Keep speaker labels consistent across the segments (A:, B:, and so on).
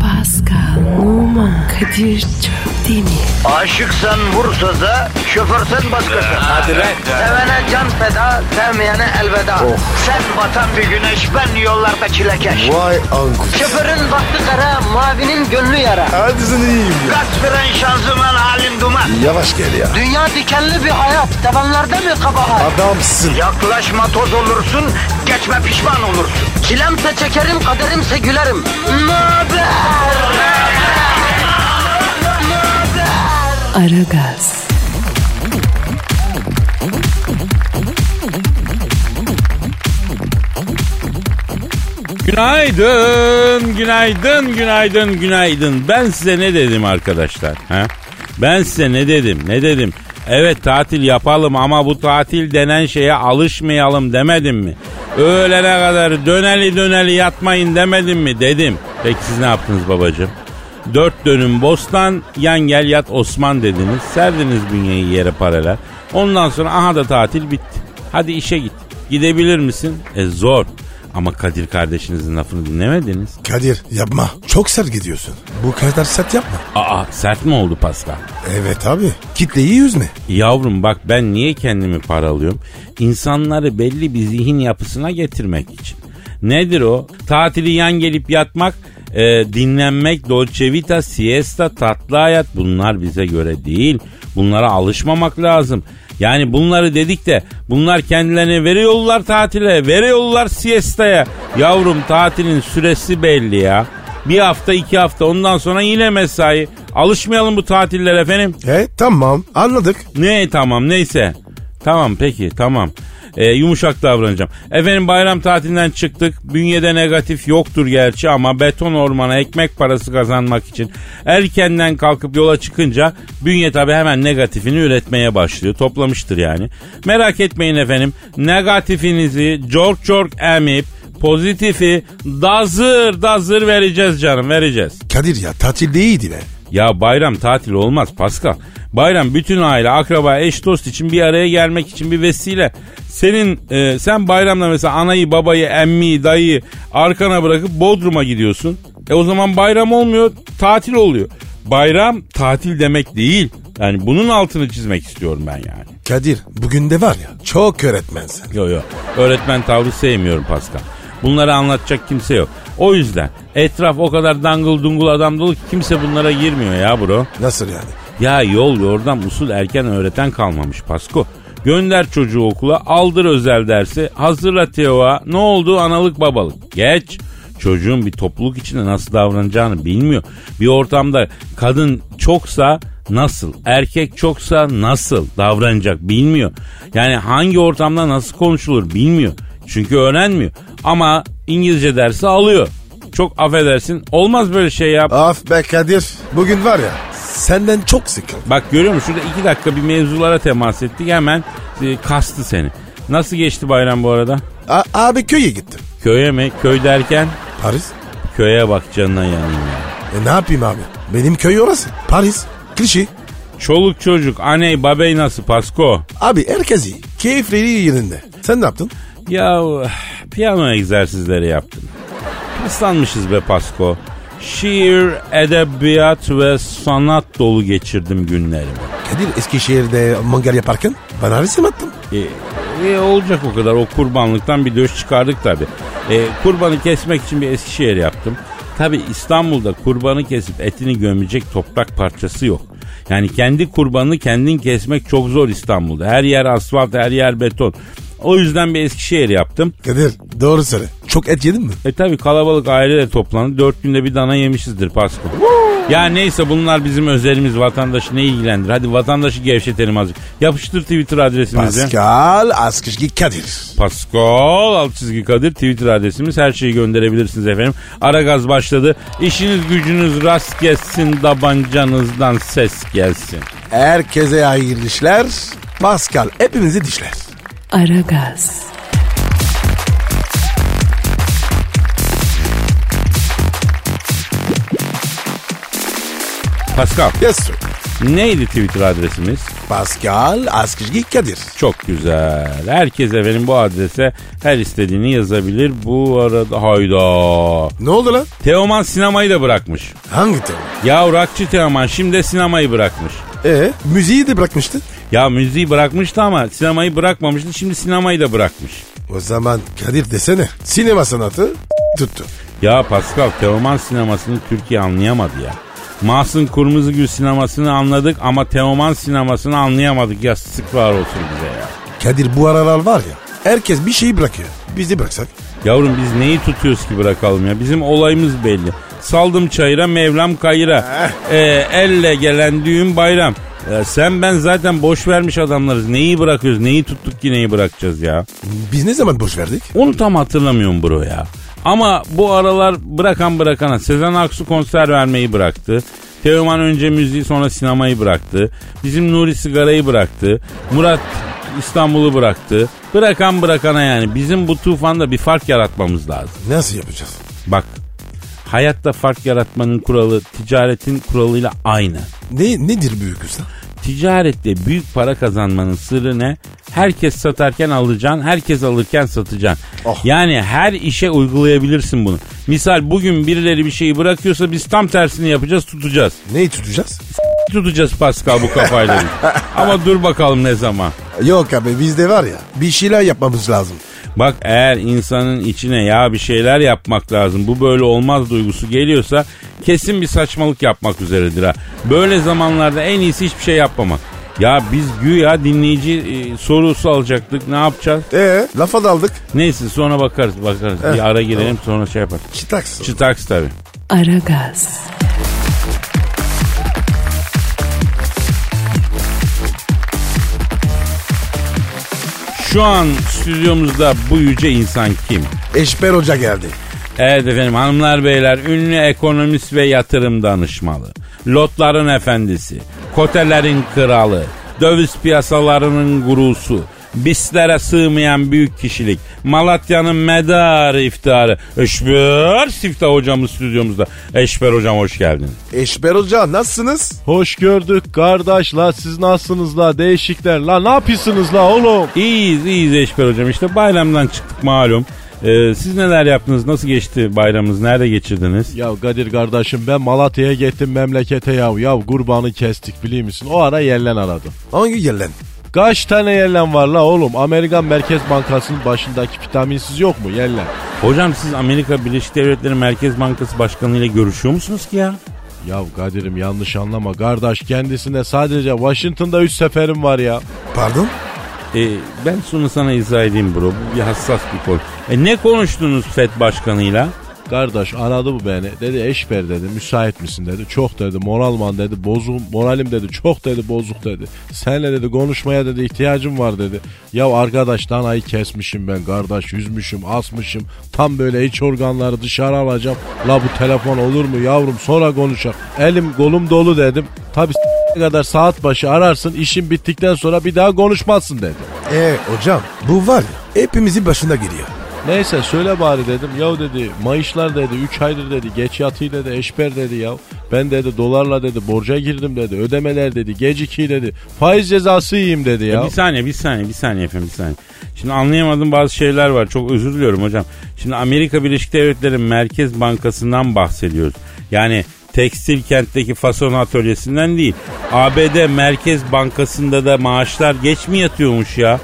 A: Pascal, Oman, Kadir çok değil mi?
B: Aşıksan vursa da şoförsen başkasın.
C: Hadi lan. Oh.
B: Sevene can feda, sevmeyene elveda. Sen batan bir güneş, ben yollarda çilekeş.
D: Vay anku.
B: Şoförün baktı kara, mavinin gönlü yara.
D: Hadi sen iyiyim ya.
B: Kasperen şanzıman halin duman.
D: Yavaş gel ya.
B: Dünya dikenli bir hayat, sevenlerde mi kabahar?
D: Adamsın.
B: Yaklaşma toz olursun, geçme pişman olursun. Çilemse çekerim, kaderimse gülerim. Möber!
A: Aragaz,
C: Günaydın, günaydın, günaydın, günaydın. Ben size ne dedim arkadaşlar? Ha? Ben size ne dedim, ne dedim? Evet tatil yapalım ama bu tatil denen şeye alışmayalım demedim mi? Öğlene kadar döneli döneli yatmayın demedim mi? Dedim. Peki siz ne yaptınız babacığım? Dört dönüm bostan, yan gel yat Osman dediniz. Serdiniz bünyeyi yere paralel. Ondan sonra aha da tatil bitti. Hadi işe git. Gidebilir misin? E zor. Ama Kadir kardeşinizin lafını dinlemediniz.
D: Kadir yapma. Çok sert gidiyorsun. Bu kadar sert yapma.
C: Aa sert mi oldu Pascal?
D: Evet abi. Kitleyi üzme.
C: Yavrum bak ben niye kendimi paralıyorum? İnsanları belli bir zihin yapısına getirmek için. Nedir o? Tatili yan gelip yatmak, e, dinlenmek, dolce vita, siesta, tatlı hayat bunlar bize göre değil. Bunlara alışmamak lazım. Yani bunları dedik de bunlar kendilerine veriyorlar tatile, veriyorlar siestaya. Yavrum tatilin süresi belli ya. Bir hafta iki hafta ondan sonra yine mesai. Alışmayalım bu tatillere efendim.
D: E tamam anladık.
C: Ne tamam neyse. Tamam peki tamam. Ee, yumuşak davranacağım. Efendim bayram tatilinden çıktık. Bünyede negatif yoktur gerçi ama beton ormana ekmek parası kazanmak için erkenden kalkıp yola çıkınca bünye tabi hemen negatifini üretmeye başlıyor. Toplamıştır yani. Merak etmeyin efendim. Negatifinizi cork cork emip pozitifi dazır dazır vereceğiz canım vereceğiz.
D: Kadir ya tatilde iyiydi be.
C: Ya bayram tatil olmaz Pascal. Bayram bütün aile, akraba, eş, dost için bir araya gelmek için bir vesile. Senin e, sen bayramda mesela anayı, babayı, emmiyi, dayıyı arkana bırakıp Bodrum'a gidiyorsun. E o zaman bayram olmuyor, tatil oluyor. Bayram tatil demek değil. Yani bunun altını çizmek istiyorum ben yani.
D: Kadir bugün de var ya çok öğretmensin.
C: Yok yok. Öğretmen tavrı sevmiyorum Pascal. Bunları anlatacak kimse yok. O yüzden etraf o kadar dangıl dungul adam dolu ki kimse bunlara girmiyor ya bro.
D: Nasıl yani?
C: Ya yol yordam usul erken öğreten kalmamış Pasko. Gönder çocuğu okula, aldır özel dersi, hazırla TEO'a, ne oldu analık babalık. Geç. Çocuğun bir topluluk içinde nasıl davranacağını bilmiyor. Bir ortamda kadın çoksa nasıl, erkek çoksa nasıl davranacak bilmiyor. Yani hangi ortamda nasıl konuşulur bilmiyor. Çünkü öğrenmiyor. Ama İngilizce dersi alıyor. Çok affedersin olmaz böyle şey ya.
D: Af be Kadir. Bugün var ya senden çok sıkıldım.
C: Bak görüyor musun şurada iki dakika bir mevzulara temas ettik hemen e, kastı seni. Nasıl geçti bayram bu arada?
D: A- abi köye gittim.
C: Köye mi? Köy derken
D: Paris.
C: köye bak canına yanayım ya.
D: E ne yapayım abi? Benim köy orası. Paris. Klişi.
C: Çoluk çocuk, aney, babey nasıl Pasko?
D: Abi herkes iyi. Keyifleri yerinde. Sen ne yaptın?
C: Ya eh, piyano egzersizleri yaptım. Paslanmışız be Pasko. Şiir, edebiyat ve sanat dolu geçirdim günlerimi.
D: Kadir Eskişehir'de mangal yaparken bana resim attın.
C: E, e, olacak o kadar. O kurbanlıktan bir döş çıkardık tabi. E, kurbanı kesmek için bir Eskişehir yaptım. Tabi İstanbul'da kurbanı kesip etini gömecek toprak parçası yok. Yani kendi kurbanını kendin kesmek çok zor İstanbul'da. Her yer asfalt, her yer beton. O yüzden bir Eskişehir yaptım.
D: Kadir doğru söyle. Çok et yedin mi?
C: E tabi kalabalık aile de toplandı. Dört günde bir dana yemişizdir Pasko. Ya neyse bunlar bizim özelimiz vatandaşı ne ilgilendir. Hadi vatandaşı gevşetelim azıcık. Yapıştır Twitter adresimizi.
D: Pascal Askışki Kadir.
C: Pascal alt çizgi Kadir Twitter adresimiz. Her şeyi gönderebilirsiniz efendim. Ara gaz başladı. İşiniz gücünüz rast gelsin. Dabancanızdan ses gelsin.
D: Herkese hayırlı işler. Pascal hepimizi dişler.
A: Aragaz,
C: Pascal
D: Yes sir.
C: Neydi Twitter adresimiz?
D: Pascal Askışgi Kadir.
C: Çok güzel. Herkes efendim bu adrese her istediğini yazabilir. Bu arada hayda.
D: Ne oldu lan?
C: Teoman sinemayı da bırakmış.
D: Hangi tema?
C: Ya rockçı Teoman şimdi de sinemayı bırakmış.
D: Ee, müziği de bırakmıştı.
C: Ya müziği bırakmıştı ama sinemayı bırakmamıştı. Şimdi sinemayı da bırakmış.
D: O zaman Kadir desene. Sinema sanatı tuttu.
C: Ya Pascal Teoman sinemasını Türkiye anlayamadı ya. Mahsun Kırmızıgül sinemasını anladık ama Teoman sinemasını anlayamadık ya sıklar olsun bize ya.
D: Kadir bu aralar var ya herkes bir şeyi bırakıyor. Biz de bıraksak.
C: Yavrum biz neyi tutuyoruz ki bırakalım ya? Bizim olayımız belli. Saldım çayıra Mevlam kayıra. Ee, elle gelen düğün bayram. Ya sen ben zaten boş vermiş adamlarız. Neyi bırakıyoruz? Neyi tuttuk ki neyi bırakacağız ya?
D: Biz ne zaman boş verdik?
C: Onu tam hatırlamıyorum bro ya. Ama bu aralar bırakan bırakana Sezen Aksu konser vermeyi bıraktı. Teoman önce müziği sonra sinemayı bıraktı. Bizim Nuri sigarayı bıraktı. Murat İstanbul'u bıraktı. Bırakan bırakana yani bizim bu tufanda bir fark yaratmamız lazım.
D: Nasıl yapacağız?
C: Bak hayatta fark yaratmanın kuralı ticaretin kuralıyla aynı.
D: Ne nedir büyük usta?
C: Ticarette büyük para kazanmanın sırrı ne? Herkes satarken alacaksın, herkes alırken satacaksın.
D: Oh.
C: Yani her işe uygulayabilirsin bunu. Misal bugün birileri bir şeyi bırakıyorsa biz tam tersini yapacağız, tutacağız.
D: Neyi tutacağız?
C: Tutacağız Pascal bu kafayla. biz. Ama dur bakalım ne zaman.
D: Yok abi bizde var ya bir şeyler yapmamız lazım.
C: Bak eğer insanın içine ya bir şeyler yapmak lazım bu böyle olmaz duygusu geliyorsa kesin bir saçmalık yapmak üzeredir ha. Böyle zamanlarda en iyisi hiçbir şey yapmamak. Ya biz güya dinleyici e, sorusu alacaktık ne yapacağız?
D: Ee, lafa daldık.
C: Neyse sonra bakarız bakarız.
D: Eh,
C: bir ara girelim sonra şey yaparız.
D: Çıtaks.
C: Çıtaks tabii.
A: Aragaz,
C: Şu an stüdyomuzda bu yüce insan kim?
D: Eşber Hoca geldi.
C: Evet efendim hanımlar beyler ünlü ekonomist ve yatırım danışmalı. Lotların efendisi, kotelerin kralı, döviz piyasalarının gurusu, bislere sığmayan büyük kişilik, Malatya'nın medarı iftiharı. Eşber Siftah hocamız stüdyomuzda. Eşber hocam hoş geldin.
D: Eşber Hoca nasılsınız?
E: Hoş gördük kardeş la siz nasılsınız la değişikler la ne yapıyorsunuz la oğlum?
C: İyiyiz iyiyiz Eşber hocam işte bayramdan çıktık malum. Ee, siz neler yaptınız? Nasıl geçti bayramınız? Nerede geçirdiniz?
E: Ya Kadir kardeşim ben Malatya'ya gittim memlekete ya. Ya kurbanı kestik biliyor musun? O ara yellen aradım.
D: Hangi gelen?
E: Kaç tane yellen var la oğlum? Amerikan Merkez Bankası'nın başındaki vitaminsiz yok mu yellen?
C: Hocam siz Amerika Birleşik Devletleri Merkez Bankası Başkanı ile görüşüyor musunuz ki ya?
E: Ya Kadir'im yanlış anlama kardeş kendisine sadece Washington'da 3 seferim var ya.
D: Pardon?
C: E, ben şunu sana izah edeyim bro. Bu bir hassas bir konu. E, ne konuştunuz FED Başkanı'yla?
E: Kardeş aradı bu beni. Dedi eşber dedi müsait misin dedi. Çok dedi moralman dedi bozuk moralim dedi çok dedi bozuk dedi. Senle dedi konuşmaya dedi ihtiyacım var dedi. Ya arkadaş danayı kesmişim ben kardeş yüzmüşüm asmışım. Tam böyle iç organları dışarı alacağım. La bu telefon olur mu yavrum sonra konuşak. Elim kolum dolu dedim. Tabi kadar saat başı ararsın işin bittikten sonra bir daha konuşmazsın dedi.
D: Ee hocam bu var ya hepimizin başına giriyor.
E: Neyse söyle bari dedim. Yahu dedi Mayışlar dedi 3 aydır dedi geç yatı dedi eşber dedi ya. Ben dedi dolarla dedi borca girdim dedi ödemeler dedi geciki dedi. Faiz cezası yiyeyim dedi ya.
C: E, Bir saniye bir saniye bir saniye efendim bir saniye. Şimdi anlayamadığım bazı şeyler var. Çok özür diliyorum hocam. Şimdi Amerika Birleşik Devletleri Merkez Bankası'ndan bahsediyoruz. Yani tekstil kentteki fason atölyesinden değil. ABD Merkez Bankası'nda da maaşlar geç mi yatıyormuş ya?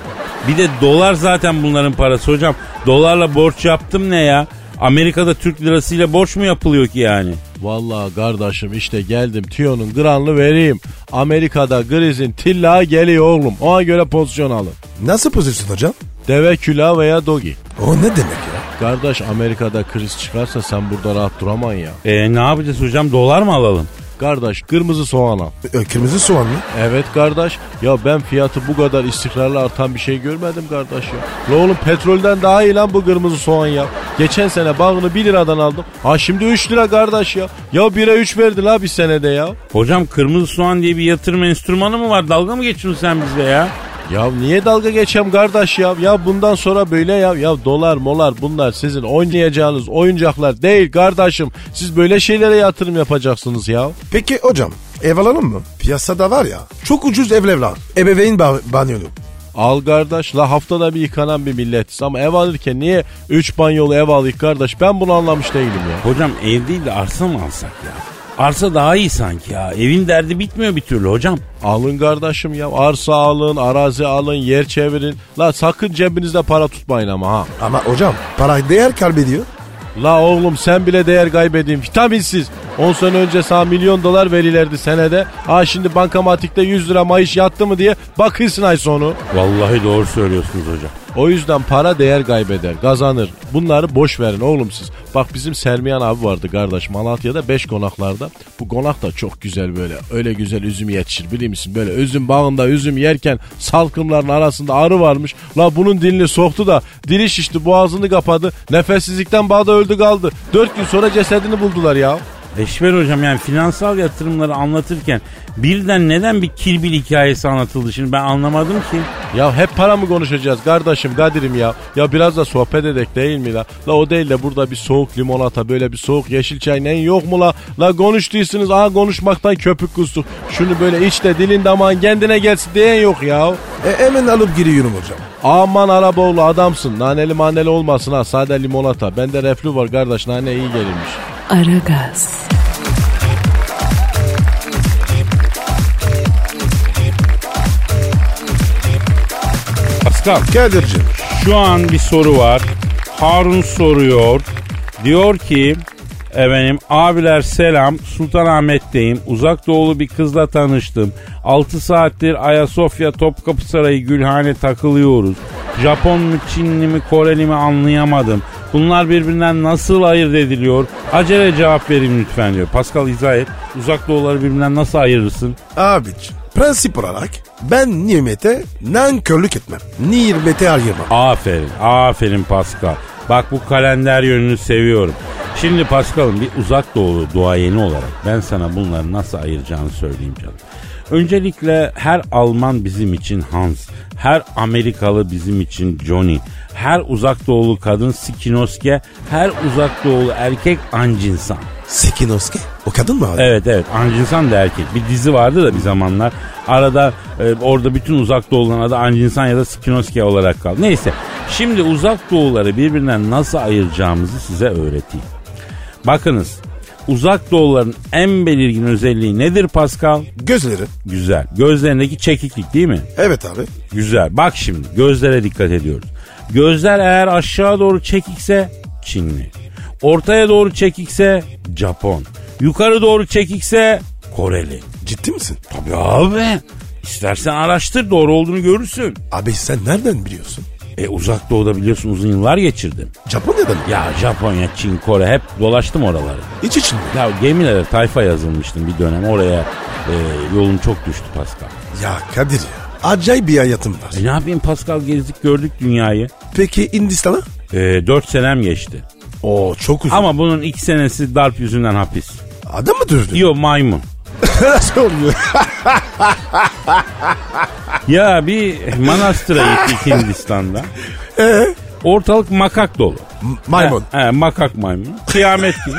C: Bir de dolar zaten bunların parası hocam. Dolarla borç yaptım ne ya? Amerika'da Türk lirasıyla borç mu yapılıyor ki yani?
E: Vallahi kardeşim işte geldim tiyonun granlı vereyim. Amerika'da grizin tilla geliyor oğlum. Ona göre pozisyon alın.
D: Nasıl pozisyon hocam?
E: Deve külah veya dogi.
D: O ne demek ya?
E: Kardeş Amerika'da kriz çıkarsa sen burada rahat duraman ya.
C: E, ne yapacağız hocam? Dolar mı alalım?
E: Kardeş kırmızı soğan al.
D: Ee, Kırmızı soğan mı?
E: Evet kardeş. Ya ben fiyatı bu kadar istikrarlı artan bir şey görmedim kardeş ya. La oğlum petrolden daha iyi lan bu kırmızı soğan ya. Geçen sene bağını 1 liradan aldım. Ha şimdi 3 lira kardeş ya. Ya 1'e 3 verdi la bir senede ya.
C: Hocam kırmızı soğan diye bir yatırım enstrümanı mı var? Dalga mı geçiyorsun sen bizle ya?
E: Ya niye dalga geçeyim kardeş ya? Ya bundan sonra böyle ya. Ya dolar molar bunlar sizin oynayacağınız oyuncaklar değil kardeşim. Siz böyle şeylere yatırım yapacaksınız ya.
D: Peki hocam Ev alalım mı? Piyasada var ya çok ucuz evler var. Ebeveyn ba- banyolu.
E: Al kardeş la haftada bir yıkanan bir milletiz ama ev alırken niye 3 banyolu ev alayım kardeş ben bunu anlamış değilim ya.
C: Hocam ev değil de arsa mı alsak ya? Arsa daha iyi sanki ya. Evin derdi bitmiyor bir türlü hocam.
E: Alın kardeşim ya arsa alın arazi alın yer çevirin la sakın cebinizde para tutmayın ama ha.
D: Ama hocam para değer kaybediyor.
E: La oğlum sen bile değer kaybedeyim vitaminsiz. 10 sene önce sana milyon dolar verilirdi senede. Ha şimdi bankamatikte 100 lira mayış yattı mı diye bakıyorsun ay sonu.
C: Vallahi doğru söylüyorsunuz hocam.
E: O yüzden para değer kaybeder, kazanır. Bunları boş verin oğlum siz. Bak bizim Sermiyan abi vardı kardeş Malatya'da 5 konaklarda. Bu konak da çok güzel böyle. Öyle güzel üzüm yetişir biliyor musun? Böyle üzüm bağında üzüm yerken salkımların arasında arı varmış. La bunun dilini soktu da dili şişti boğazını kapadı. Nefessizlikten bağda öldü kaldı. 4 gün sonra cesedini buldular ya.
C: Eşber hocam yani finansal yatırımları anlatırken birden neden bir kirbil hikayesi anlatıldı şimdi ben anlamadım ki.
E: Ya hep para mı konuşacağız kardeşim Kadir'im ya? Ya biraz da sohbet edek değil mi la? La o değil de burada bir soğuk limonata böyle bir soğuk yeşil çay neyin yok mu la? La konuştuysunuz aha konuşmaktan köpük kustuk. Şunu böyle iç de dilin damağın kendine gelsin diyen yok ya.
D: E, hemen alıp giriyorum hocam.
E: Aman Araboğlu adamsın naneli maneli olmasın ha sade limonata. Bende reflü var kardeş nane iyi gelirmiş.
A: Aragaz,
C: Pascal
D: Kadir'cim
C: şu an bir soru var. Harun soruyor. Diyor ki efendim abiler selam Sultanahmet'teyim. Uzak doğulu bir kızla tanıştım. 6 saattir Ayasofya Topkapı Sarayı Gülhane takılıyoruz. Japon mu Çinli mi Koreli mi anlayamadım. Bunlar birbirinden nasıl ayırt ediliyor? Acele cevap verin lütfen diyor. Pascal izah et. Uzak doğuları birbirinden nasıl ayırırsın?
D: abicim prensip olarak ben nimete nankörlük etmem. Nimete ayırmam.
C: Aferin, aferin Pascal. Bak bu kalender yönünü seviyorum. Şimdi Pascal'ım bir uzak doğulu duayeni olarak ben sana bunları nasıl ayıracağını söyleyeyim canım. Öncelikle her Alman bizim için Hans, her Amerikalı bizim için Johnny, her uzak doğulu kadın Sikinoske, her uzak doğulu erkek Ancinsan.
D: Sekinoski o kadın mı abi?
C: Evet evet Ancinsan da erkek. Bir dizi vardı da bir zamanlar. Arada e, orada bütün uzak doğuların adı Ancinsan ya da Skinoski olarak kaldı. Neyse şimdi uzak doğuları birbirinden nasıl ayıracağımızı size öğreteyim. Bakınız uzak doğuların en belirgin özelliği nedir Pascal?
D: Gözleri.
C: Güzel. Gözlerindeki çekiklik değil mi?
D: Evet abi.
C: Güzel. Bak şimdi gözlere dikkat ediyoruz. Gözler eğer aşağı doğru çekikse Çinli. Ortaya doğru çekikse Japon. Yukarı doğru çekikse Koreli.
D: Ciddi misin?
C: Tabii abi. İstersen araştır doğru olduğunu görürsün.
D: Abi sen nereden biliyorsun?
C: E uzak doğuda biliyorsun uzun yıllar geçirdim.
D: Japonya'dan mı?
C: Ya Japonya, Çin, Kore hep dolaştım oraları.
D: İç için mi?
C: Ya gemilere tayfa yazılmıştım bir dönem oraya e, yolum çok düştü Pascal.
D: Ya Kadir ya. Acayip bir hayatım var.
C: E ne yapayım Pascal gezdik gördük dünyayı.
D: Peki Hindistan'a?
C: E, 4 senem geçti.
D: Oo çok uzun.
C: Ama bunun iki senesi darp yüzünden hapis.
D: Adam mı dövdü?
C: Yo maymun.
D: Nasıl oluyor?
C: Ya bir manastıra gittik Hindistan'da. Ortalık makak dolu.
D: Maymun.
C: He, he, makak maymun. Kıyamet gibi.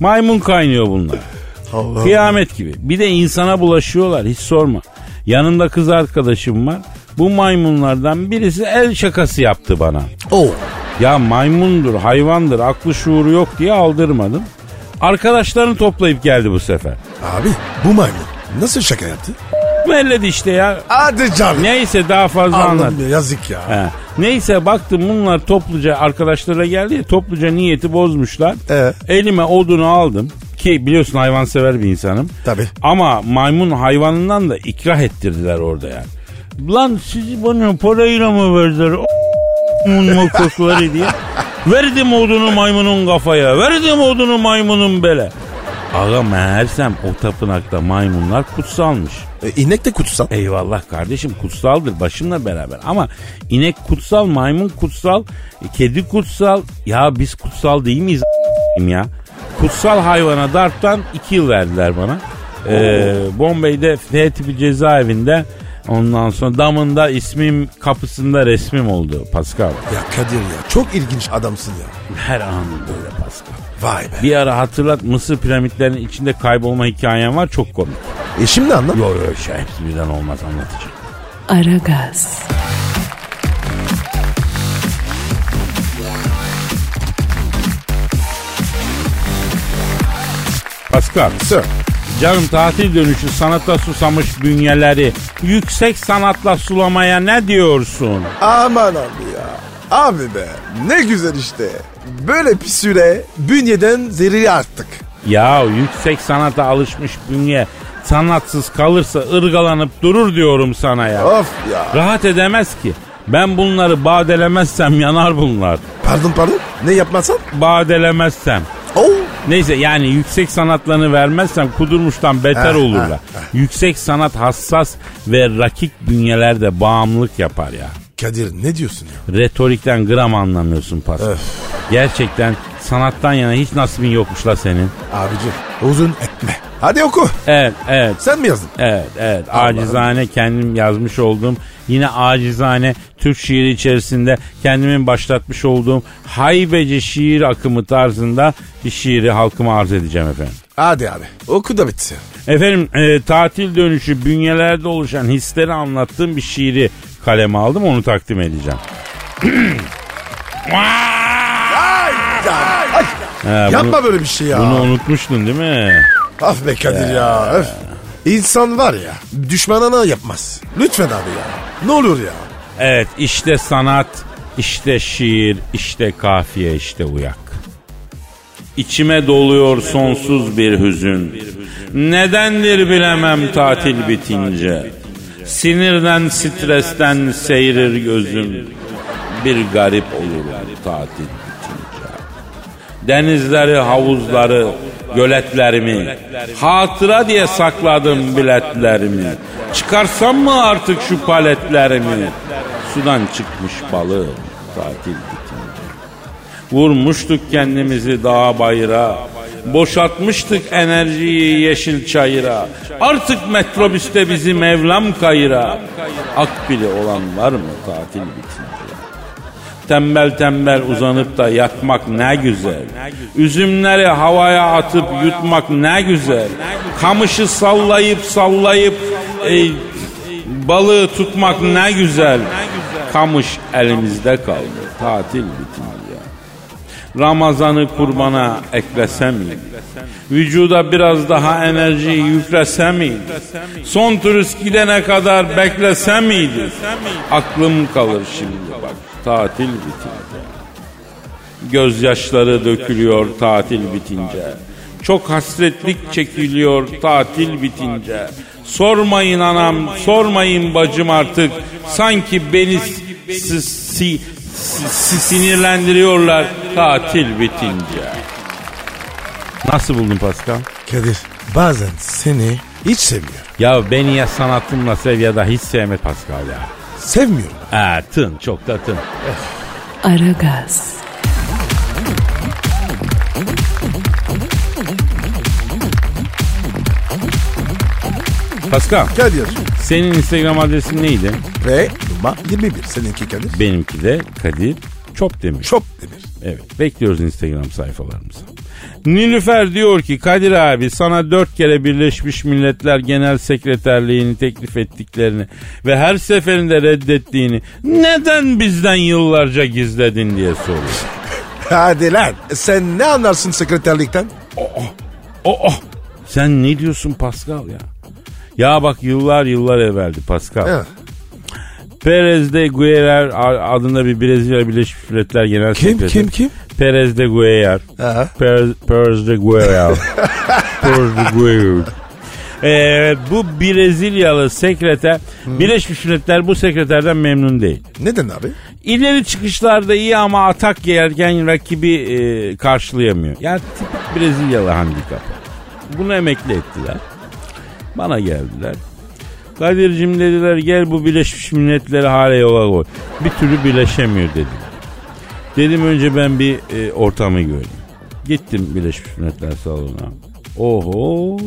C: maymun kaynıyor bunlar.
D: Allah.
C: Kıyamet gibi. Bir de insana bulaşıyorlar hiç sorma. Yanımda kız arkadaşım var. Bu maymunlardan birisi el şakası yaptı bana.
D: Oo.
C: Ya maymundur, hayvandır, aklı şuuru yok diye aldırmadım. Arkadaşlarını toplayıp geldi bu sefer.
D: Abi bu maymun nasıl şaka yaptı?
C: Belledi işte ya.
D: Hadi canım.
C: Neyse daha fazla anlat.
D: Anladım ya, yazık ya.
C: He. Neyse baktım bunlar topluca arkadaşlara geldi ya topluca niyeti bozmuşlar.
D: Ee?
C: Elime odunu aldım ki biliyorsun hayvansever bir insanım.
D: Tabii.
C: Ama maymun hayvanından da ikrah ettirdiler orada yani. Lan sizi bana parayla mı verdiler? O***'un makokları diye. Verdim odunu maymunun kafaya. Verdim odunu maymunun bele. Aga meğersem o tapınakta maymunlar kutsalmış.
D: E, inek de kutsal.
C: Eyvallah kardeşim kutsaldır başımla beraber ama inek kutsal, maymun kutsal, e, kedi kutsal. Ya biz kutsal değil miyiz a**ayım ya? Kutsal hayvana E, darptan iki yıl verdiler bana. Ee, Bombay'de F tipi cezaevinde Ondan sonra damında ismim kapısında resmim oldu Pascal.
D: Ya Kadir ya çok ilginç adamsın ya.
C: Her anım böyle Pascal.
D: Vay be.
C: Bir ara hatırlat Mısır piramitlerinin içinde kaybolma hikayem var çok komik.
D: E şimdi anla.
C: Yok yok şey hepsi birden olmaz anlatacağım.
A: Aragaz,
C: Pascal.
D: Sir.
C: Canım tatil dönüşü sanata susamış bünyeleri yüksek sanatla sulamaya ne diyorsun?
D: Aman abi ya. Abi be ne güzel işte. Böyle bir süre bünyeden zerri arttık.
C: Ya yüksek sanata alışmış bünye sanatsız kalırsa ırgalanıp durur diyorum sana ya.
D: Of ya.
C: Rahat edemez ki. Ben bunları badelemezsem yanar bunlar.
D: Pardon pardon ne yapmasan?
C: Badelemezsem.
D: Oh.
C: Neyse yani yüksek sanatlarını vermezsem kudurmuştan beter
D: Ah,
C: olurlar.
D: ah, ah.
C: Yüksek sanat hassas ve rakik bünyelerde bağımlılık yapar ya.
D: Kadir ne diyorsun ya?
C: Retorikten gram anlamıyorsun Pascal.
D: Öf.
C: Gerçekten sanattan yana hiç nasibin yokmuş la senin.
D: Abici uzun etme. Hadi oku.
C: Evet, evet.
D: Sen mi yazdın?
C: Evet evet acizane kendim yazmış olduğum yine acizane Türk şiiri içerisinde kendimin başlatmış olduğum haybeci şiir akımı tarzında bir şiiri halkıma arz edeceğim efendim.
D: Hadi abi oku da bitsin.
C: Efendim e, tatil dönüşü bünyelerde oluşan hisleri anlattığım bir şiiri kaleme aldım onu takdim edeceğim.
D: Ay, ay, ay.
C: He, bunu-
D: Yapma böyle bir şey ya.
C: Bunu unutmuştun değil mi?
D: Af be Kadir ya. Öf. İnsan var ya düşmanına yapmaz. Lütfen abi ya. Ne olur ya.
C: Evet işte sanat, işte şiir, işte kafiye, işte uyak. İçime doluyor sonsuz bir hüzün. Nedendir bilemem tatil bitince. Sinirden, stresten seyrir gözüm. Bir garip olur tatil bitince. Denizleri, havuzları, göletlerimi, hatıra diye sakladım biletlerimi. Çıkarsam mı artık şu paletlerimi? Sudan çıkmış balığım, tatil bitince. Vurmuştuk kendimizi dağa bayıra, boşaltmıştık enerjiyi yeşil çayıra. Artık metrobüste bizi Mevlam kayıra. Akbili olan var mı tatil bitince? Tembel tembel uzanıp da yatmak ne güzel. Üzümleri havaya atıp yutmak ne güzel. Kamışı sallayıp sallayıp e, balığı tutmak ne güzel. Kamış elimizde kaldı. Tatil bitince. Ramazanı kurbana eklesem mi? Vücuda biraz daha enerji yüklesem mi? Son turist gidene kadar beklesem miydi? Aklım kalır şimdi bak. Tatil bitince. Gözyaşları dökülüyor tatil bitince. Çok hasretlik çekiliyor tatil bitince. Sormayın anam, sormayın bacım artık. Sanki beni si- si- si- sinirlendiriyorlar tatil bitince. Nasıl buldun Pascal?
D: Kadir bazen seni hiç sevmiyorum.
C: Ya beni ya sanatımla sev ya da hiç sevme Pascal ya.
D: Sevmiyorum.
C: Ha, tın, çok da tın.
A: Aragaz,
C: Pascal,
D: Kadir.
C: senin Instagram adresin neydi?
D: Ve numara 21 seninki Kadir.
C: Benimki de Kadir Çop demiş.
D: Çok demir.
C: Evet bekliyoruz Instagram sayfalarımızı. Nilüfer diyor ki Kadir abi sana dört kere Birleşmiş Milletler Genel Sekreterliğini teklif ettiklerini ve her seferinde reddettiğini neden bizden yıllarca gizledin diye soruyor.
D: Hadi lan. E Sen ne anlarsın sekreterlikten?
C: Oh, oh. Sen ne diyorsun Pascal ya? Ya bak yıllar yıllar evveldi Pascal.
D: He.
C: Perez de Guerrer adında bir Brezilya Birleşmiş Milletler Genel
D: Kim,
C: Sekreteri.
D: kim, kim?
C: Perez de Guerrer.
D: Aha.
C: Perez, Perez de Guerrer. Perez de Guerrer. Ee, bu Brezilyalı sekreter Birleşmiş Milletler bu sekreterden memnun değil.
D: Neden abi?
C: İleri çıkışlarda iyi ama atak yerken rakibi e, karşılayamıyor. Yani tipik Brezilyalı handikapı. Bunu emekli ettiler. Bana geldiler. Kadir'cim dediler gel bu Birleşmiş Milletleri hale yola koy. Bir türlü birleşemiyor dediler. Dedim önce ben bir e, ortamı göreyim. Gittim Birleşmiş Milletler salonuna. Oho.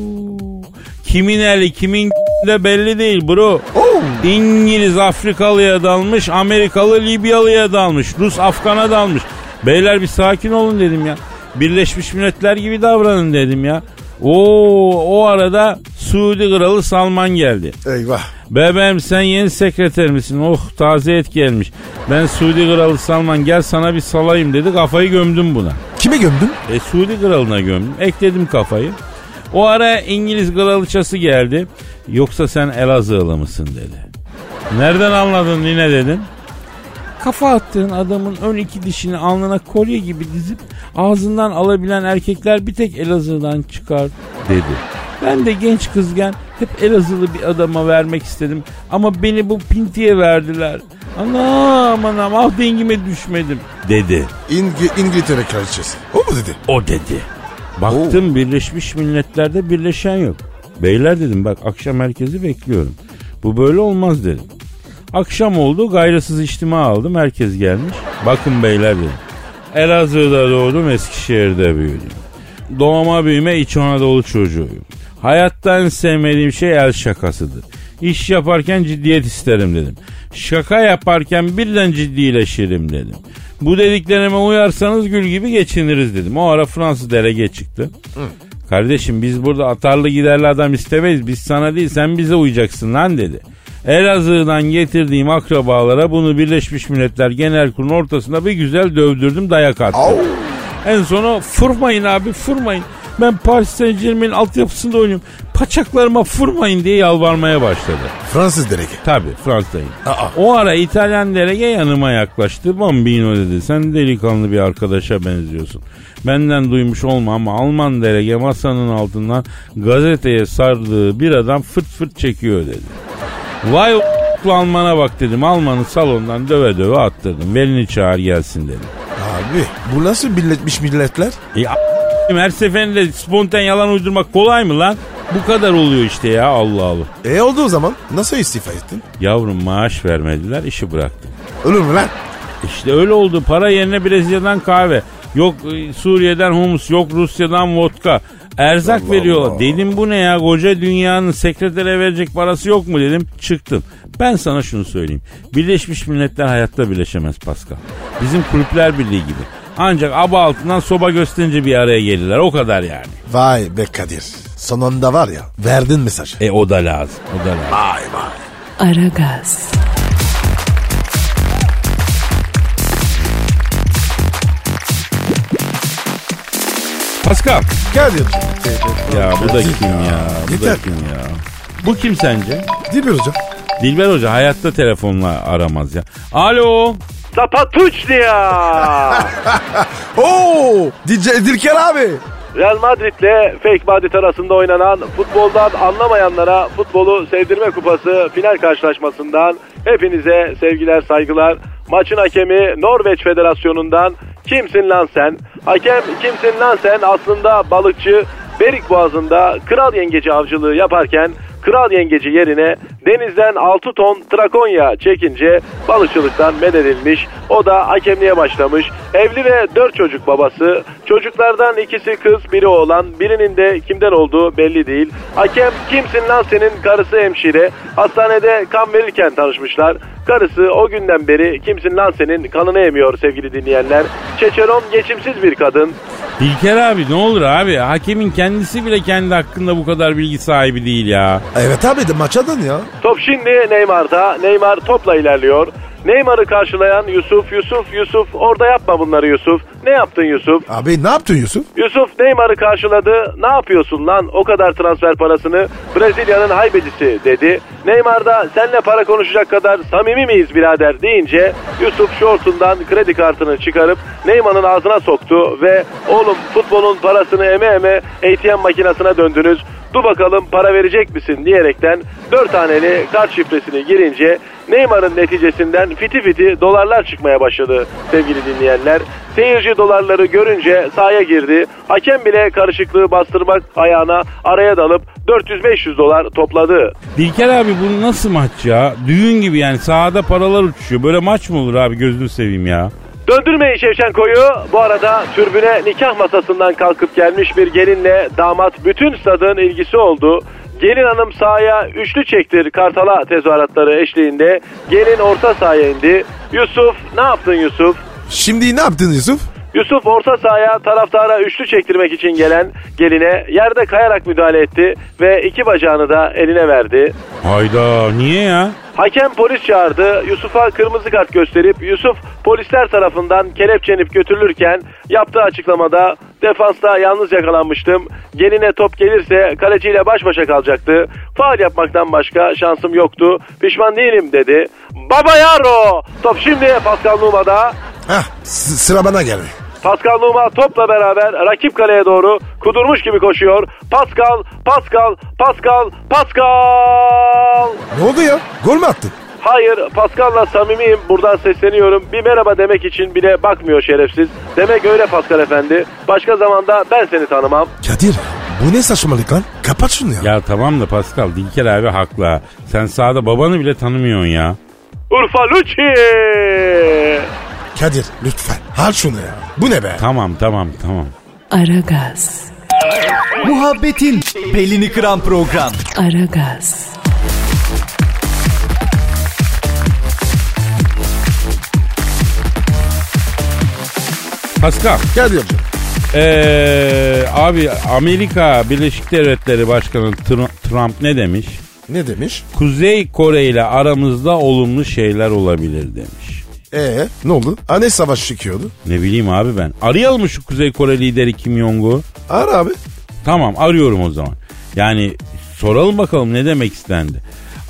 C: Kimin eli kimin de belli değil bro.
D: Oo.
C: İngiliz Afrikalı'ya dalmış, Amerikalı Libyalı'ya dalmış, Rus Afgan'a dalmış. Beyler bir sakin olun dedim ya. Birleşmiş Milletler gibi davranın dedim ya. Oo, o arada Suudi Kralı Salman geldi.
D: Eyvah.
C: Bebeğim sen yeni sekreter misin? Oh taze et gelmiş. Ben Suudi Kralı Salman gel sana bir salayım dedi. Kafayı gömdüm buna.
D: Kime gömdün?
C: E Suudi kralına gömdüm. Ekledim kafayı. O ara İngiliz kraliçası geldi. Yoksa sen Elazığlı mısın dedi. Nereden anladın yine dedim. Kafa attığın adamın ön iki dişini alnına kolye gibi dizip ağzından alabilen erkekler bir tek Elazığ'dan çıkar dedi. Ben de genç kızgen hep Elazığlı bir adama vermek istedim ama beni bu pintiye verdiler. Anam anam ah dengime düşmedim dedi.
D: İngi- İngiltere kraliçesi. O mu dedi?
C: O dedi. Baktım Birleşmiş Milletler'de birleşen yok. Beyler dedim bak akşam herkesi bekliyorum. Bu böyle olmaz dedim. Akşam oldu gayrısız içtima aldım herkes gelmiş. Bakın beyler dedim. Elazığ'da doğdum Eskişehir'de büyüdüm. Doğma büyüme İç Anadolu çocuğuyum. Hayatta en sevmediğim şey el şakasıdır. İş yaparken ciddiyet isterim dedim. Şaka yaparken birden ciddileşirim dedim. Bu dediklerime uyarsanız gül gibi geçiniriz dedim. O ara Fransız delege çıktı. Kardeşim biz burada atarlı giderli adam istemeyiz. Biz sana değil sen bize uyacaksın lan dedi. Elazığ'dan getirdiğim akrabalara bunu Birleşmiş Milletler Genel Kurulu'nun ortasında bir güzel dövdürdüm dayak attım. En sonu fırmayın abi fırmayın. Ben Paris Saint Germain'in altyapısında oynuyorum. Paçaklarıma fırmayın diye yalvarmaya başladı.
D: Fransız delege.
C: Tabi Fransa'dayım. O ara İtalyan delege yanıma yaklaştı. Bambino dedi sen delikanlı bir arkadaşa benziyorsun. Benden duymuş olma ama Alman delege masanın altından gazeteye sardığı bir adam fırt fırt çekiyor dedi. Vay o- Alman'a bak dedim. Alman'ı salondan döve döve attırdım. Velini çağır gelsin dedim.
D: Abi bu nasıl milletmiş milletler?
C: E, a- her seferinde spontan yalan uydurmak kolay mı lan? Bu kadar oluyor işte ya Allah Allah.
D: E oldu o zaman. Nasıl istifa ettin?
C: Yavrum maaş vermediler işi bıraktım.
D: Olur mu lan?
C: İşte öyle oldu. Para yerine Brezilya'dan kahve. Yok e, Suriye'den humus, yok Rusya'dan vodka. Erzak veriyorlar. Dedim bu ne ya koca dünyanın sekretere verecek parası yok mu dedim. Çıktım. Ben sana şunu söyleyeyim. Birleşmiş Milletler hayatta birleşemez Pascal. Bizim kulüpler birliği gibi. Ancak aba altından soba gösterince bir araya gelirler. O kadar yani.
D: Vay be Kadir. Sonunda var ya verdin mesaj.
C: E o da lazım. O da lazım.
A: Aragaz,
C: Pascal.
D: Kadir. e,
C: Ya bu da kim ya? Bu da
D: Yeter.
C: kim ya? Bu kim sence?
D: Dilber hocam.
C: Dilber Hoca hayatta telefonla aramaz ya. Alo.
E: Zapatuçnia.
D: Oo, DJ Dilker abi.
E: Real Madrid'le Fake Madrid arasında oynanan futboldan anlamayanlara futbolu sevdirme kupası final karşılaşmasından hepinize sevgiler saygılar. Maçın hakemi Norveç Federasyonu'ndan kimsin lan sen? Hakem kimsin lan sen aslında balıkçı Berik Boğazı'nda kral yengeci avcılığı yaparken kral yengeci yerine denizden 6 ton trakonya çekince balıkçılıktan men edilmiş. O da hakemliğe başlamış. Evli ve 4 çocuk babası. Çocuklardan ikisi kız biri oğlan. Birinin de kimden olduğu belli değil. Hakem kimsin lan senin karısı hemşire. Hastanede kan verirken tanışmışlar. Karısı o günden beri kimsin lan senin kanını emiyor sevgili dinleyenler. Çeçeron geçimsiz bir kadın.
C: İlker abi ne olur abi. Hakemin kendisi bile kendi hakkında bu kadar bilgi sahibi değil ya.
D: Evet abi de maçadın ya.
E: Top şimdi Neymar'da. Neymar topla ilerliyor. Neymar'ı karşılayan Yusuf, Yusuf, Yusuf. Orada yapma bunları Yusuf. Ne yaptın Yusuf?
D: Abi ne yaptın Yusuf?
E: Yusuf Neymar'ı karşıladı. Ne yapıyorsun lan o kadar transfer parasını Brezilya'nın haybecisi dedi. Neymar da senle para konuşacak kadar samimi miyiz birader deyince Yusuf şortundan kredi kartını çıkarıp Neymar'ın ağzına soktu ve oğlum futbolun parasını eme eme ATM makinesine döndünüz. Dur bakalım para verecek misin diyerekten 4 taneli kart şifresini girince Neymar'ın neticesinden fiti fiti dolarlar çıkmaya başladı sevgili dinleyenler. Seyirci dolarları görünce sahaya girdi. Hakem bile karışıklığı bastırmak ayağına araya dalıp 400-500 dolar topladı.
C: İlker abi bu nasıl maç ya? Düğün gibi yani sahada paralar uçuşuyor. Böyle maç mı olur abi gözünü seveyim ya.
E: Döndürmeyin Şevçenko'yu. Bu arada türbüne nikah masasından kalkıp gelmiş bir gelinle damat bütün stadın ilgisi oldu. Gelin hanım sahaya üçlü çektir kartala tezahüratları eşliğinde. Gelin orta sahaya indi. Yusuf ne yaptın Yusuf?
D: Şimdi ne yaptın Yusuf?
E: Yusuf orta sahaya taraftara üçlü çektirmek için gelen geline yerde kayarak müdahale etti ve iki bacağını da eline verdi.
C: Hayda niye ya?
E: Hakem polis çağırdı. Yusuf'a kırmızı kart gösterip Yusuf polisler tarafından kelepçenip götürülürken yaptığı açıklamada defansta yalnız yakalanmıştım. Geline top gelirse kaleciyle baş başa kalacaktı. Faal yapmaktan başka şansım yoktu. Pişman değilim dedi. Baba Yaro! Top şimdi Pascal Numa'da.
D: Hah s- sıra bana geldi.
E: Pascal Numa topla beraber rakip kaleye doğru kudurmuş gibi koşuyor. Pascal, Pascal, Pascal, Pascal!
D: Ne oldu ya? Gol mü attın?
E: Hayır, Pascal'la samimiyim. Buradan sesleniyorum. Bir merhaba demek için bile bakmıyor şerefsiz. Demek öyle Pascal efendi. Başka zamanda ben seni tanımam.
D: Kadir bu ne saçmalık lan? Kapat şunu ya.
C: Ya tamam da Pascal Dilker abi haklı. ha. Sen sahada babanı bile tanımıyorsun ya.
E: Urfa Lucci!
D: Kadir lütfen al şunu ya. Bu ne be?
C: Tamam tamam tamam.
A: Aragaz,
F: Muhabbetin belini kıran program.
A: Aragaz,
C: Pascal
D: Kadir
C: ee, abi Amerika Birleşik Devletleri Başkanı Tr- Trump ne demiş?
D: ne demiş?
C: Kuzey Kore ile aramızda olumlu şeyler olabilir demiş.
D: Ee ne oldu? Anne savaş çıkıyordu.
C: Ne bileyim abi ben. Arayalım mı şu Kuzey Kore lideri Kim Jong-un?
D: Ara abi.
C: Tamam arıyorum o zaman. Yani soralım bakalım ne demek istendi.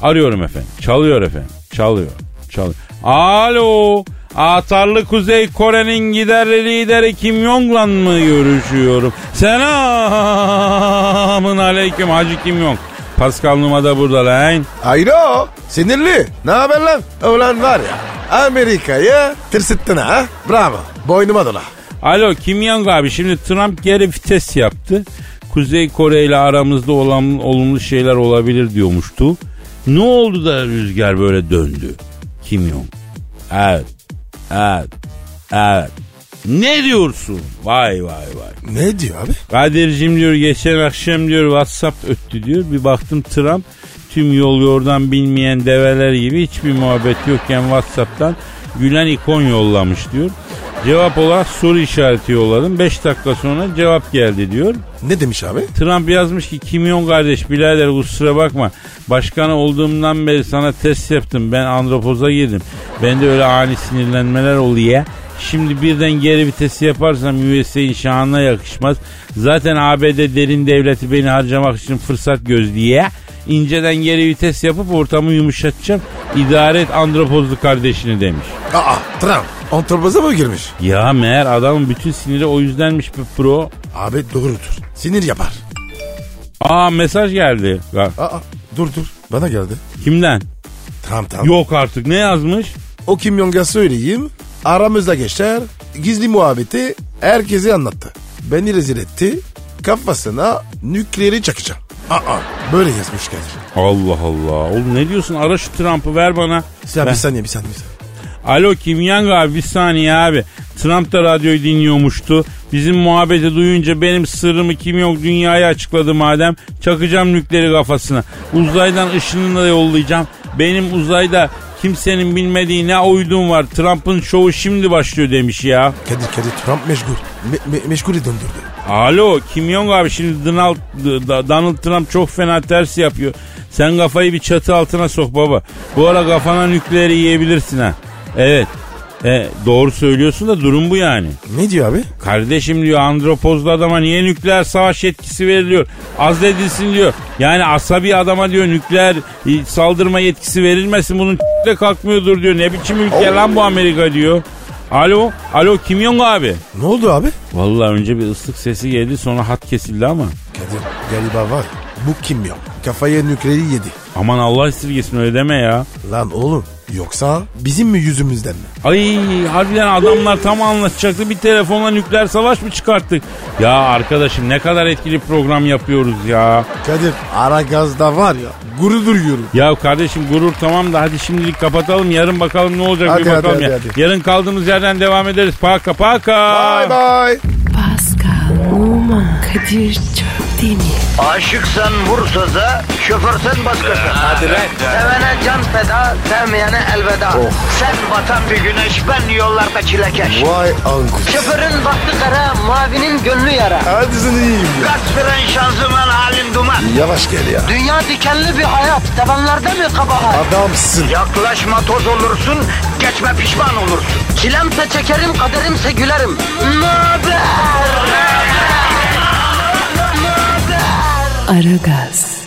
C: Arıyorum efendim. Çalıyor efendim. Çalıyor. Çalıyor. Alo. Atarlı Kuzey Kore'nin giderli lideri Kim Jong'la mı görüşüyorum? Selamın aleyküm Hacı Kim Jong. Pascal Numa da burada lan.
D: Ayro sinirli. Ne haber lan? Ulan var ya Amerika'yı tırsıttın ha. Bravo. Boynuma dola.
C: Alo Kim Jong abi şimdi Trump geri vites yaptı. Kuzey Kore ile aramızda olan olumlu şeyler olabilir diyormuştu. Ne oldu da rüzgar böyle döndü? Kim Jong? Evet. Evet. Evet. Ne diyorsun? Vay vay vay.
D: Ne diyor abi?
C: Kadir'cim diyor geçen akşam diyor WhatsApp öttü diyor. Bir baktım Trump tüm yol yordan bilmeyen develer gibi hiçbir muhabbet yokken WhatsApp'tan gülen ikon yollamış diyor. Cevap olarak soru işareti yolladım. 5 dakika sonra cevap geldi diyor.
D: Ne demiş abi?
C: Trump yazmış ki Kim Jong kardeş birader kusura bakma. Başkanı olduğumdan beri sana test yaptım. Ben andropoza girdim. Bende öyle ani sinirlenmeler oluyor. Şimdi birden geri vitesi yaparsam USA'nin şanına yakışmaz. Zaten ABD derin devleti beni harcamak için fırsat gözlüyor. İnceden geri vites yapıp ortamı yumuşatacağım. İdare et andropozlu kardeşini demiş.
D: Aa Trump. Antropoza mı girmiş?
C: Ya meğer adamın bütün siniri o yüzdenmiş bir pro.
D: Abi doğrudur. Sinir yapar.
C: Aa mesaj geldi. Bak,
D: Aa dur dur. Bana geldi.
C: Kimden?
D: Tamam tamam.
C: Yok artık ne yazmış?
D: O Kim Jong'a söyleyeyim. Aramızda geçer. Gizli muhabbeti herkese anlattı. Beni rezil etti. Kafasına nükleeri çakacağım. Aa böyle yazmış Kadir.
C: Allah Allah. Oğlum ne diyorsun? Ara şu Trump'ı ver bana.
D: Ya
C: Ben-
D: bir saniye bir saniye bir saniye.
C: Alo Kim Yang abi bir saniye abi. Trump da radyoyu dinliyormuştu. Bizim muhabbeti duyunca benim sırrımı Kim Jong dünyaya açıkladı madem. Çakacağım nükleri kafasına. Uzaydan ışını da yollayacağım. Benim uzayda kimsenin bilmediği ne uydum var. Trump'ın şovu şimdi başlıyor demiş ya.
D: Kadir Kadir Trump meşgul. Me- me- meşgulü döndürdü.
C: Alo Kim Jong abi şimdi Donald, D- Donald Trump çok fena ters yapıyor. Sen kafayı bir çatı altına sok baba. Bu ara kafana nükleeri yiyebilirsin ha. Evet. E, doğru söylüyorsun da durum bu yani.
D: Ne diyor abi?
C: Kardeşim diyor andropozlu adama niye nükleer savaş yetkisi veriliyor? Azledilsin diyor. Yani asabi adama diyor nükleer e, saldırma yetkisi verilmesin bunun de kalkmıyordur diyor. Ne biçim ülke lan bu Amerika diyor. Alo, alo Kim Jong abi.
D: Ne oldu abi?
C: Vallahi önce bir ıslık sesi geldi sonra hat kesildi ama.
D: Kadir galiba var ya, bu kim ya? Kafaya nükleeri yedi.
C: Aman Allah esirgesin öyle deme ya.
D: Lan oğlum yoksa bizim mi yüzümüzden mi?
C: Ay harbiden adamlar tam anlaşacaktı bir telefonla nükleer savaş mı çıkarttık? Ya arkadaşım ne kadar etkili program yapıyoruz ya.
D: Kadir ara gazda var ya gurur duyuyorum.
C: Ya kardeşim gurur tamam da hadi şimdilik kapatalım yarın bakalım ne olacak bir
D: Hadi, hadi,
C: bakalım
D: hadi,
C: ya.
D: hadi.
C: Yarın kaldığımız yerden devam ederiz. Paka paka.
D: Bye bye.
A: Pascal, Oman, Kadir çok Aragaz.
B: Aşıksan vursa da, şoförsen başkasın. Hadi
C: lan.
B: Sevene can feda, sevmeyene elveda. Sen batan bir güneş, ben yollarda çilekeş.
D: Vay anku.
B: Şoförün baktı kara, mavinin gönlü yara.
D: Hadi sen iyiyim ya.
B: Kasperen şanzıman halin duman.
D: Yavaş gel ya.
B: Dünya dikenli bir hayat, sevenlerde mi kabahar?
D: Adamsın.
B: Yaklaşma toz olursun, geçme pişman olursun. Çilemse çekerim, kaderimse gülerim. Möber!
A: Aragaz.